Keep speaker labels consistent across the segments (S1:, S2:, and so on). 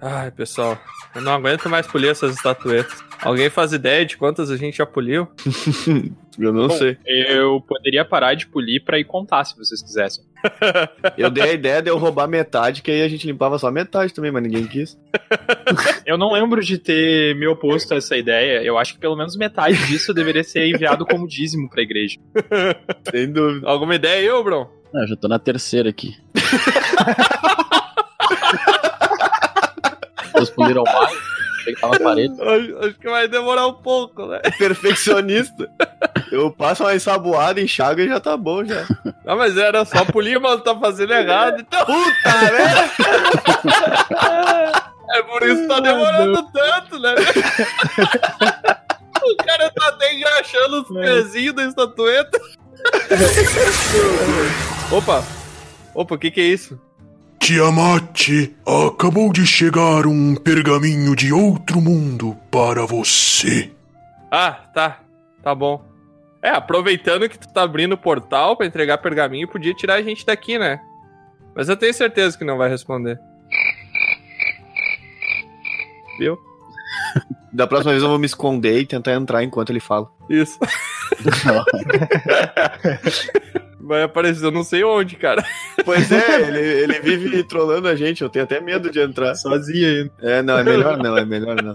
S1: Ai, pessoal, eu não aguento mais polir essas estatuetas. Alguém faz ideia de quantas a gente já poliu?
S2: Eu não
S3: Bom,
S2: sei.
S3: Eu poderia parar de polir pra ir contar, se vocês quisessem.
S2: Eu dei a ideia de eu roubar metade, que aí a gente limpava só metade também, mas ninguém quis.
S3: Eu não lembro de ter me oposto a essa ideia. Eu acho que pelo menos metade disso deveria ser enviado como dízimo pra igreja.
S2: Sem dúvida.
S1: Alguma ideia aí, ô, Bron?
S4: Ah, já tô na terceira aqui. Vocês poliram mais? Achei que tava na parede.
S1: Acho, acho que vai demorar um pouco, né?
S2: É Perfeccionista. Eu passo uma ensaboada, enxago e já tá bom já.
S1: Não, Ah, mas era só polir, mas tá fazendo errado. Então,
S2: Puta, né?
S1: é por isso que tá demorando tanto, né? O cara tá até engraxando
S2: É.
S1: os pezinhos da estatueta. Opa! Opa, o que que é isso?
S5: Tiamat, acabou de chegar um pergaminho de outro mundo para você.
S1: Ah, tá. Tá bom. É, aproveitando que tu tá abrindo o portal pra entregar pergaminho, podia tirar a gente daqui, né? Mas eu tenho certeza que não vai responder.
S2: Da próxima vez eu vou me esconder e tentar entrar enquanto ele fala.
S1: Isso. Vai aparecer, eu não sei onde, cara.
S2: Pois é, ele, ele vive trollando a gente, eu tenho até medo de entrar.
S3: Sozinha ainda.
S2: É, não, é melhor não, é melhor não.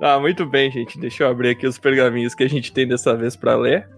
S1: Ah, muito bem, gente. Deixa eu abrir aqui os pergaminhos que a gente tem dessa vez pra ler.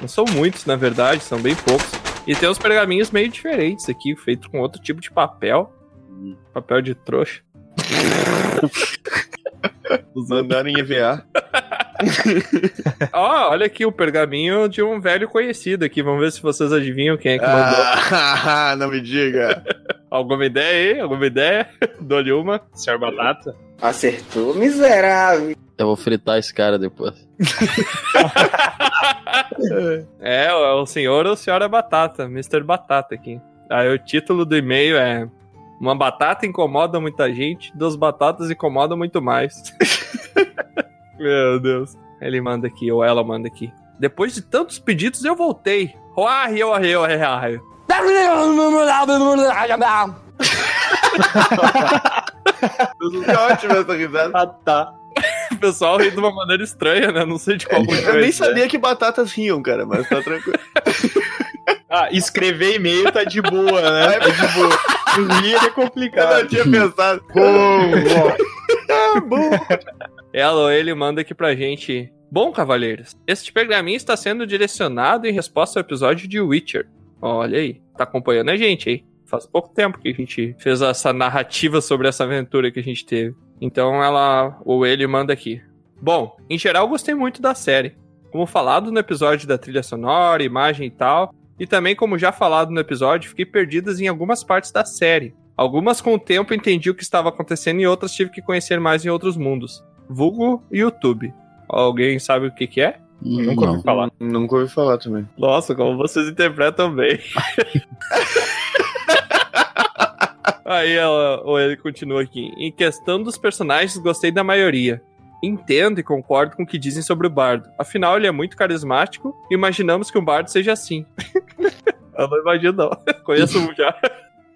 S1: Não são muitos, na verdade, são bem poucos. E tem uns pergaminhos meio diferentes aqui, feito com outro tipo de papel. Papel de trouxa.
S2: Mandaram em EVA.
S1: Ó, olha aqui o pergaminho de um velho conhecido aqui. Vamos ver se vocês adivinham quem é que mandou.
S2: Ah, não me diga.
S1: Alguma ideia aí? Alguma ideia? Dou-lhe uma.
S3: Senhor Batata?
S6: Acertou, miserável.
S4: Eu vou fritar esse cara depois.
S1: É, é o senhor ou senhora Batata, Mr. Batata aqui. Aí o título do e-mail é Uma batata incomoda muita gente, duas batatas incomodam muito mais. Meu Deus. Ele manda aqui, ou ela manda aqui. Depois de tantos pedidos, eu voltei. Uai, eu arrei, eu arrei, eu arrei.
S2: É ótimo essa risada.
S3: Ah, tá.
S1: O pessoal ri de uma maneira estranha, né? Não sei de qual motivo.
S2: Eu nem
S1: isso é.
S2: sabia que batatas riam, cara, mas tá tranquilo.
S3: Ah, escrever e-mail tá de boa, né?
S2: É, mas, tipo,
S3: Rir é
S2: eu
S3: complicado.
S2: não tinha pensado.
S1: Ela ou ele manda aqui pra gente. Bom, cavaleiros, este pergaminho está sendo direcionado em resposta ao episódio de Witcher. Olha aí, tá acompanhando a gente, hein? Faz pouco tempo que a gente fez essa narrativa sobre essa aventura que a gente teve. Então ela ou ele manda aqui. Bom, em geral gostei muito da série. Como falado no episódio da trilha sonora, imagem e tal, e também como já falado no episódio, fiquei perdidas em algumas partes da série. Algumas com o tempo entendi o que estava acontecendo e outras tive que conhecer mais em outros mundos vulgo YouTube. Alguém sabe o que que é?
S4: Nunca não.
S3: falar.
S2: Nunca ouvi falar também.
S1: Nossa, como vocês interpretam bem. Aí ela, ou ele continua aqui. Em questão dos personagens, gostei da maioria. Entendo e concordo com o que dizem sobre o Bardo. Afinal, ele é muito carismático e imaginamos que um Bardo seja assim. eu não imagino, não. Conheço um já.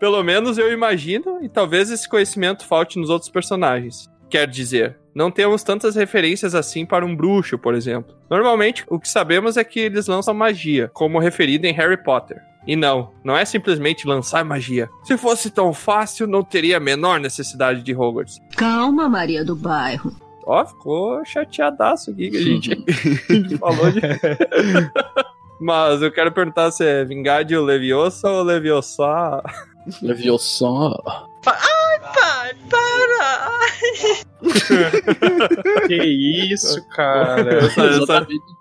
S1: Pelo menos eu imagino, e talvez esse conhecimento falte nos outros personagens. Quer dizer, não temos tantas referências assim para um bruxo, por exemplo. Normalmente, o que sabemos é que eles lançam magia, como referido em Harry Potter. E não, não é simplesmente lançar magia. Se fosse tão fácil, não teria a menor necessidade de Hogwarts.
S7: Calma, Maria do Bairro.
S1: Ó, ficou chateadaço aqui que a gente, a gente falou de. Mas eu quero perguntar se é Vingadio Leviosa ou Leviosa.
S4: Levou só.
S3: Que isso, cara.
S1: Essa- essa-
S4: Exatamente.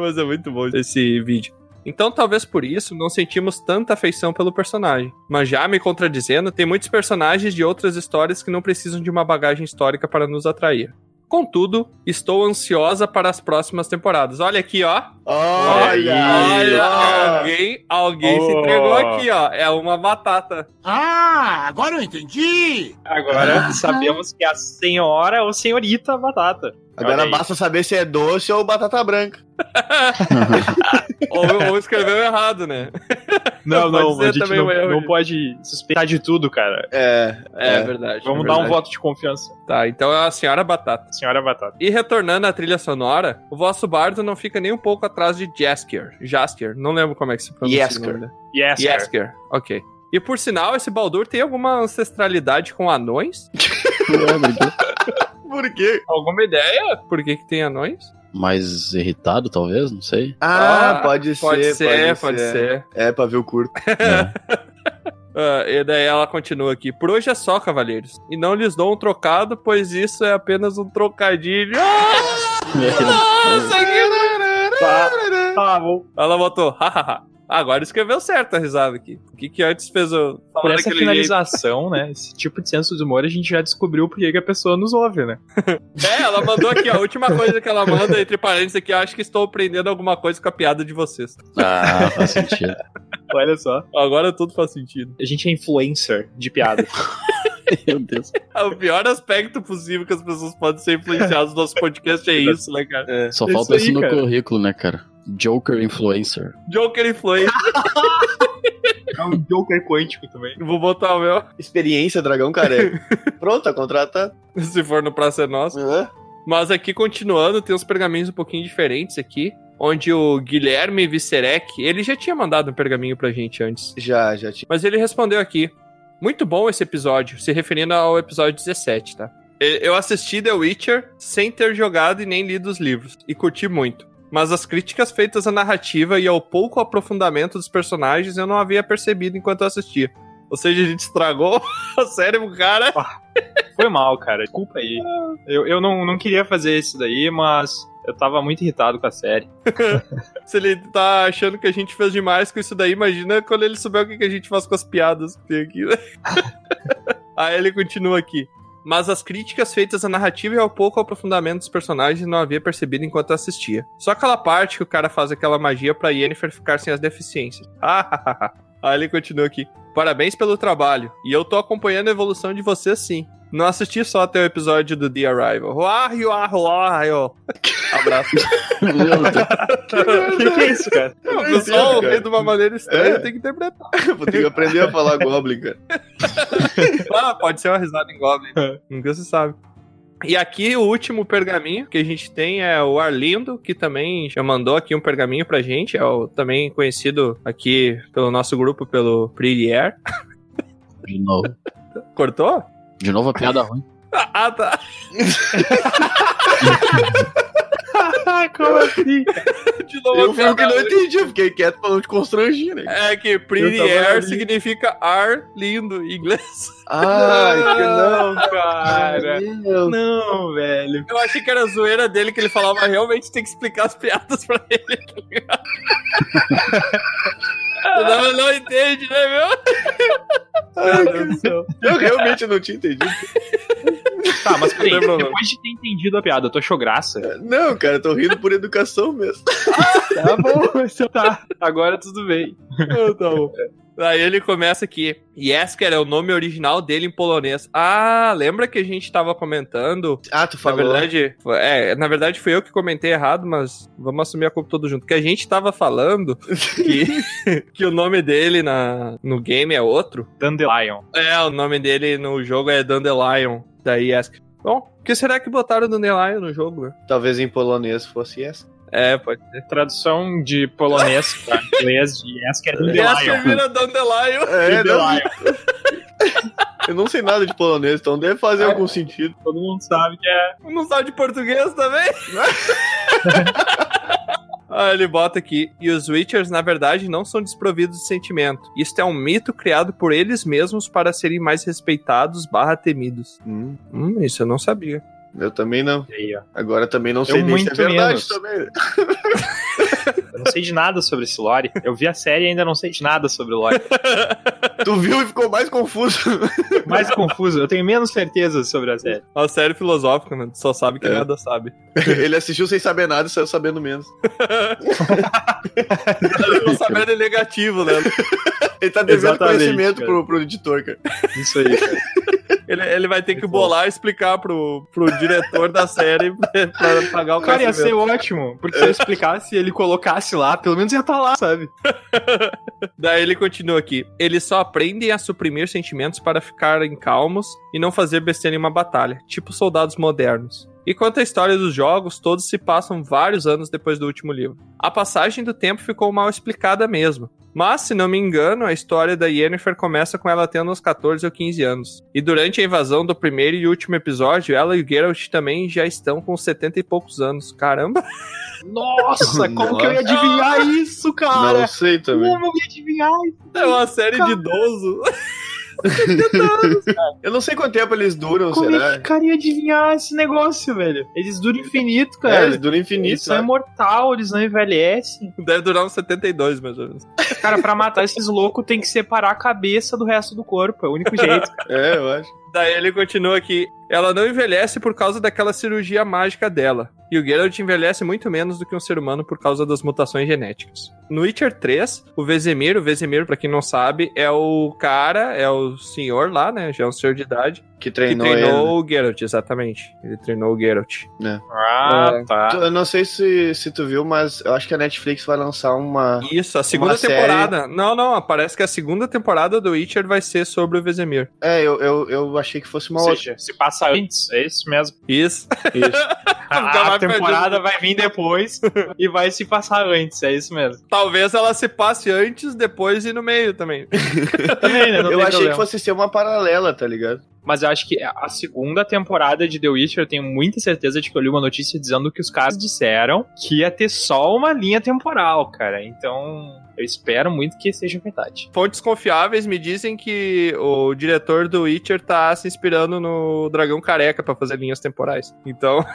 S1: Mas é muito bom esse vídeo. Então, talvez por isso, não sentimos tanta afeição pelo personagem. Mas já me contradizendo, tem muitos personagens de outras histórias que não precisam de uma bagagem histórica para nos atrair. Contudo, estou ansiosa para as próximas temporadas. Olha aqui, ó.
S2: Olha!
S3: aí,
S2: aí,
S1: Olha,
S2: ó.
S1: alguém, alguém se
S3: Oh.
S1: entregou aqui, ó. É uma batata.
S8: Ah, agora eu entendi!
S3: Agora sabemos que é a senhora ou senhorita batata.
S2: Agora
S3: Olha aí.
S2: basta saber se é doce ou batata branca.
S1: ou, ou escreveu errado, né?
S3: Não,
S1: Pode
S3: não,
S1: ser
S3: a gente
S1: também
S3: não,
S1: um erro
S3: não
S1: de-
S3: pode suspeitar de tudo, cara.
S2: É,
S1: É,
S2: É.
S1: verdade.
S3: Vamos
S1: é
S3: dar um
S1: verdade.
S3: voto de confiança.
S1: Tá, então é a senhora Batata.
S3: Senhora Batata.
S1: E retornando à trilha sonora, o vosso bardo não fica nem um pouco atrás de Jaskier. Jaskier, não lembro como é que se pronuncia. o
S2: Jaskier.
S1: nome dele.
S3: Yes, cara.
S1: Jaskier, ok. E por sinal, esse Baldur tem alguma ancestralidade com anões?
S2: por quê?
S1: Alguma ideia? Por que, que tem anões?
S4: Mais irritado, talvez, não sei.
S2: Ah,
S1: Ah,
S2: pode ser,
S1: Pode ser, pode ser.
S2: É, pra ver o curto.
S4: É.
S1: Ah, e daí ela continua aqui. Por hoje é só, cavaleiros. E não lhes dou um trocado, pois isso é apenas um trocadilho. Ah, nossa, que-
S3: Tá bom.
S1: Ela botou, hahaha. Agora escreveu certo a risada aqui. O que que antes fez o...
S3: Por
S1: falar
S3: essa
S1: daquele
S3: finalização, né? Esse tipo de senso de humor a gente já descobriu porque que a pessoa nos ouve, né?
S1: jeito? É, ela mandou aqui, ó, a última coisa que ela manda, entre parênteses aqui, acho que estou aprendendo alguma coisa com a piada de vocês.
S4: Ah, faz sentido.
S3: Olha só.
S1: Agora tudo faz sentido.
S3: A gente é influencer de piada.
S4: Meu Deus.
S1: É o pior aspecto possível que as pessoas podem ser influenciadas no nosso podcast é isso, né, cara?
S4: Só
S3: Isso
S4: falta
S3: aí,
S4: isso no
S3: cara.
S4: currículo, né, cara? Joker influencer.
S1: Joker Influencer.
S3: É um Joker quântico também.
S1: Vou botar o meu,
S2: Experiência Dragão Careca. Pronto, a contrata.
S1: se for no Praça é Nossa.
S2: Hã?
S1: Mas aqui, continuando, tem uns pergaminhos um pouquinho diferentes aqui. Onde o Guilherme Vicerec, ele já tinha mandado um pergaminho pra gente antes.
S2: Já, já tinha.
S1: Mas ele respondeu aqui. Muito bom esse episódio, se referindo ao episódio 17, tá? E- Eu assisti The Witcher sem ter jogado e nem lido os livros, e curti muito. Mas as críticas feitas à narrativa e ao pouco aprofundamento dos personagens eu não havia percebido enquanto eu assistia. Ou seja, a gente estragou a série pro cara.
S3: Foi mal, cara. Desculpa aí. Eu, eu não, não queria fazer isso daí, mas eu tava muito irritado com a série.
S1: Se ele tá achando que a gente fez demais com isso daí, imagina quando ele souber o que que a gente faz com as piadas que tem aqui. né? Aí ele continua aqui. Mas as críticas feitas à narrativa e ao pouco aprofundamento dos personagens não havia percebido enquanto assistia. Só aquela parte que o cara faz aquela magia pra Yennefer ficar sem as deficiências. Aí ele continua aqui. Parabéns pelo trabalho. E eu tô acompanhando a evolução de você sim. Não assisti só até o episódio do The Arrival. Ah, ah, ah, ah, Abraço.
S4: Meu Deus.
S3: O que, que é isso, cara?
S1: O pessoal
S2: cara.
S1: vê de uma maneira estranha,
S2: É.
S1: tem que interpretar.
S2: Vou ter que aprender a falar Goblin, cara.
S1: Ah, pode ser uma risada em Goblin.
S2: É.
S1: Nunca se sabe. E aqui o último pergaminho que a gente tem é o Arlindo, que também já mandou aqui um pergaminho pra gente. É o também conhecido aqui pelo nosso grupo, pelo Pretty Air.
S4: De novo.
S1: Cortou?
S4: De novo a piada ruim.
S1: Ah, tá.
S3: Como assim?
S1: De novo,
S2: Eu fui o que
S1: cara.
S2: não entendi, eu fiquei quieto pra não te constrangir, né?
S1: É que Pretty
S2: Eu tava
S1: Air
S2: ali.
S1: significa ar lindo em inglês.
S2: Ai, Ah, é que não,
S3: cara.
S2: meu.
S3: Não, velho.
S1: Eu achei que era a zoeira dele que ele falava, realmente tem que explicar as piadas pra ele. tá ligado? não, não entende, né, meu?
S2: Ai, que- Eu realmente não tinha entendido.
S3: Tá, mas peraí,
S1: Não tem problema.
S3: depois de ter entendido a piada, tu achou graça?
S2: Não, cara, eu tô rindo por educação mesmo.
S3: Tá bom, você tá. Agora tudo bem.
S1: Aí ele começa aqui. Jesker é o nome original dele em polonês. Ah, lembra que a gente tava comentando?
S2: Ah, tu
S1: Na verdade, foi- é, na verdade fui eu que comentei errado, mas vamos assumir a culpa todo junto. Que a gente tava falando que, que o nome dele na, no game é outro.
S3: Dandelion.
S1: É, o nome dele no jogo é Dandelion, da ESC. Bom, por que será que botaram Dandelion no jogo? né?
S2: Talvez em polonês fosse essa.
S1: É, pode ser.
S3: Tradução de polonês pra inglês de yes, que é
S1: ESC
S3: Dandelion.
S1: vira Dandelion.
S2: É, não,
S3: Dandelion.
S2: eu não sei nada de polonês, então deve fazer algum sentido.
S3: Todo mundo sabe que é.
S1: Não sabe de português também? Ah, ele bota aqui. E os Witchers, na verdade, não são desprovidos de sentimento. Isto é um mito criado por eles mesmos para serem mais respeitados barra temidos.
S2: Hum,
S1: Hum, isso eu não sabia.
S2: eu também não.
S3: Aí, ó.
S2: Agora também não sei
S3: Eu
S2: nem se é
S3: muito
S2: verdade
S3: menos.
S2: também.
S3: Eu não sei de nada sobre esse lore. Eu vi a série e ainda não sei de nada sobre o lore.
S2: Tu viu e ficou mais confuso.
S3: Mais confuso, eu tenho menos certeza sobre a série.
S1: É uma série filosófica, né? Só sabe que
S2: É.
S1: nada sabe.
S2: Ele assistiu sem saber nada e saiu sabendo menos.
S1: não saber é negativo, né?
S2: Ele tá devendo
S3: Exatamente,
S2: conhecimento
S3: cara.
S2: pro, pro editor, cara.
S3: Isso aí. cara.
S1: Ele, ele vai ter que bolar e explicar pro, pro diretor da série pra pra pagar o
S3: Cara, ia ser
S1: crescimento.
S3: ótimo, porque se
S2: é.
S3: eu explicasse e ele colocasse lá, pelo menos ia estar lá, sabe?
S1: Daí ele continua aqui. Eles só aprendem a suprimir sentimentos para ficarem calmos e não fazer besteira em uma batalha, tipo soldados modernos. E quanto à história dos jogos, todos se passam vários anos depois do último livro. A passagem do tempo ficou mal explicada mesmo. Mas, se não me engano, a história da Yennefer começa com ela tendo uns 14 ou 15 anos. E durante a invasão do primeiro e último episódio, ela e o Geralt também já estão com 70 e poucos anos. Caramba!
S3: Nossa, como que eu ia
S2: Nossa.
S3: adivinhar isso, cara?
S2: Não sei também.
S3: Como eu ia adivinhar isso?
S1: É uma série de idoso.
S2: é- Eu não sei quanto tempo eles duram,
S3: Como é
S2: será?
S3: que o cara ia adivinhar esse negócio, velho? Eles duram infinito,
S2: É,
S3: cara.
S2: eles duram infinito.
S3: eles são
S2: sabe?
S3: imortal, eles não envelhecem.
S1: Deve durar uns 72, mais ou menos.
S3: Cara, pra matar esses loucos tem que separar a cabeça do resto do corpo. É o único jeito.
S2: É, eu acho.
S1: Daí ele continua aqui. Ela não envelhece por causa daquela cirurgia mágica dela. E o Geralt envelhece muito menos do que um ser humano por causa das mutações genéticas. No Witcher 3, o Vesemir, o Vesemir, pra quem não sabe, é o cara, é o senhor lá, né? Já é um senhor de idade. Que
S2: Que treinou,
S1: treinou o Geralt, exatamente. Ele treinou o Geralt.
S3: Ah, tá.
S2: ele. Tu- Eu não sei se, se tu viu, mas eu acho que a Netflix vai lançar uma.
S1: Isso, a segunda
S2: série-
S1: temporada. Não, não, parece que a segunda temporada do Witcher vai ser sobre o Vesemir.
S2: É, eu, eu, eu achei que fosse uma outra.
S3: se passar antes, é isso mesmo.
S1: Isso. Fica
S3: A,
S1: mais
S3: a temporada vai vir depois e vai se passar antes, é isso mesmo.
S1: Talvez ela se passe antes, depois e no meio também.
S3: Também, né? Não
S2: eu
S3: tem
S2: achei
S3: problema.
S2: que fosse ser uma paralela, tá ligado?
S3: Mas eu acho que a segunda temporada de The Witcher, eu tenho muita certeza de que eu li uma notícia dizendo que os caras disseram que ia ter só uma linha temporal, cara. Então, eu espero muito que seja verdade.
S1: Fontes confiáveis me dizem que o diretor do Witcher tá se inspirando no Dragão Careca pra fazer linhas temporais. Então,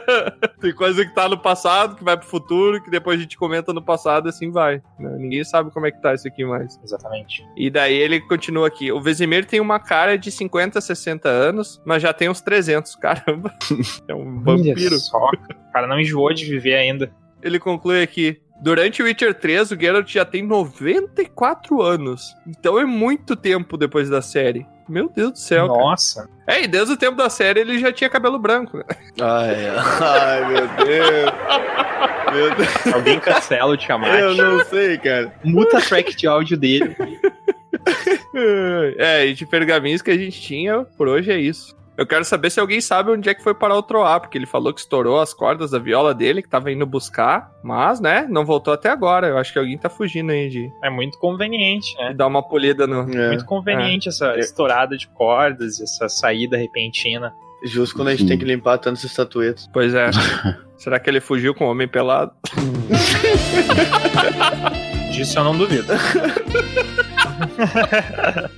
S1: tem coisa que tá no passado, que vai pro futuro, que depois a gente comenta no passado, assim vai. né? Ninguém sabe como é que tá isso aqui mais.
S3: Exatamente.
S1: E daí ele continua aqui. O Vesemir tem uma cara de 50, 60 anos, mas já tem uns 300, caramba. É um vampiro.
S3: Só, o cara não enjoou de viver ainda.
S1: Ele conclui aqui. Durante o Witcher 3, o Geralt já tem 94 anos. Então é muito tempo depois da série. Meu Deus do céu. cara.
S3: Nossa.
S1: É, e desde o tempo da série ele já tinha cabelo branco. né?
S2: Ai, ai meu Deus. Meu Deus,
S3: Alguém cancela o Tiamat.
S2: eu não sei, cara.
S3: Muta a track de áudio dele.
S1: É, e de pergaminhos que a gente tinha, por hoje é isso. Eu quero saber se alguém sabe onde é que foi parar o Troá, porque ele falou que estourou as cordas da viola dele, que tava indo buscar, mas, né, não voltou até agora. Eu acho que alguém tá fugindo aí de,
S3: É muito conveniente, né?
S1: de dar uma polida no.
S2: É,
S3: Muito conveniente essa estourada de cordas, essa saída repentina.
S2: justo quando a gente tem que limpar tantas estatuetas.
S1: Pois é. Será que ele fugiu com o homem pelado?
S3: Disso eu não duvido.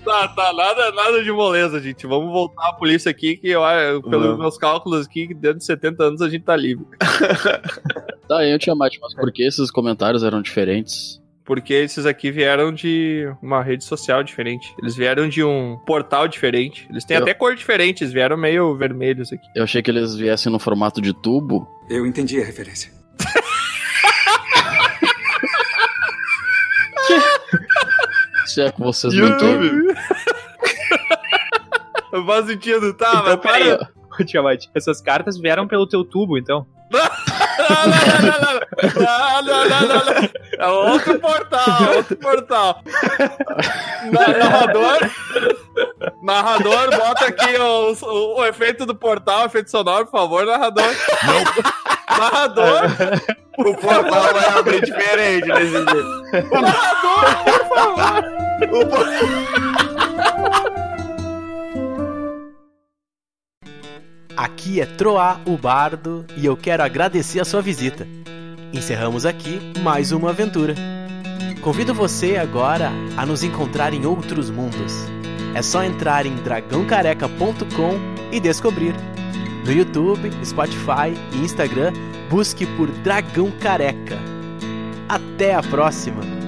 S1: Tá, tá, nada, nada de moleza, gente. Vamos voltar à polícia aqui, que eu, ah, eu- pelos
S2: Vamos.
S1: meus cálculos aqui, que dentro de 70 anos a gente tá livre.
S4: Tá, eu tinha mate, mas por que esses comentários eram diferentes?
S1: Porque esses aqui vieram de uma rede social diferente. Eles vieram de um portal diferente. Eles têm
S4: Eu-
S1: até cor diferente, eles vieram meio vermelhos aqui.
S4: Eu achei que eles viessem no formato de tubo.
S9: Eu entendi a referência.
S4: Se é que vocês não entendem.
S1: Não faz sentido, tá?
S3: Então,
S1: mas para.
S3: peraí. Ô, Tiamat, essas cartas vieram pelo teu tubo, então.
S1: Não, não, não, não, não, não, não. É outro portal, é outro portal. Na- narrador, narrador, bota aqui o, o- o efeito do portal, o efeito sonoro, por favor, narrador. Narrador,
S2: O portal vai abrir diferente né? nesse dia.
S1: narrador, por favor.
S2: O por-
S10: Aqui é Troá, o Bardo, e eu quero agradecer a sua visita. Encerramos aqui mais uma aventura. Convido você agora a nos encontrar em outros mundos. É só entrar em dragãocareca.com e descobrir. No YouTube, Spotify e Instagram, busque por Dragão Careca. Até a próxima!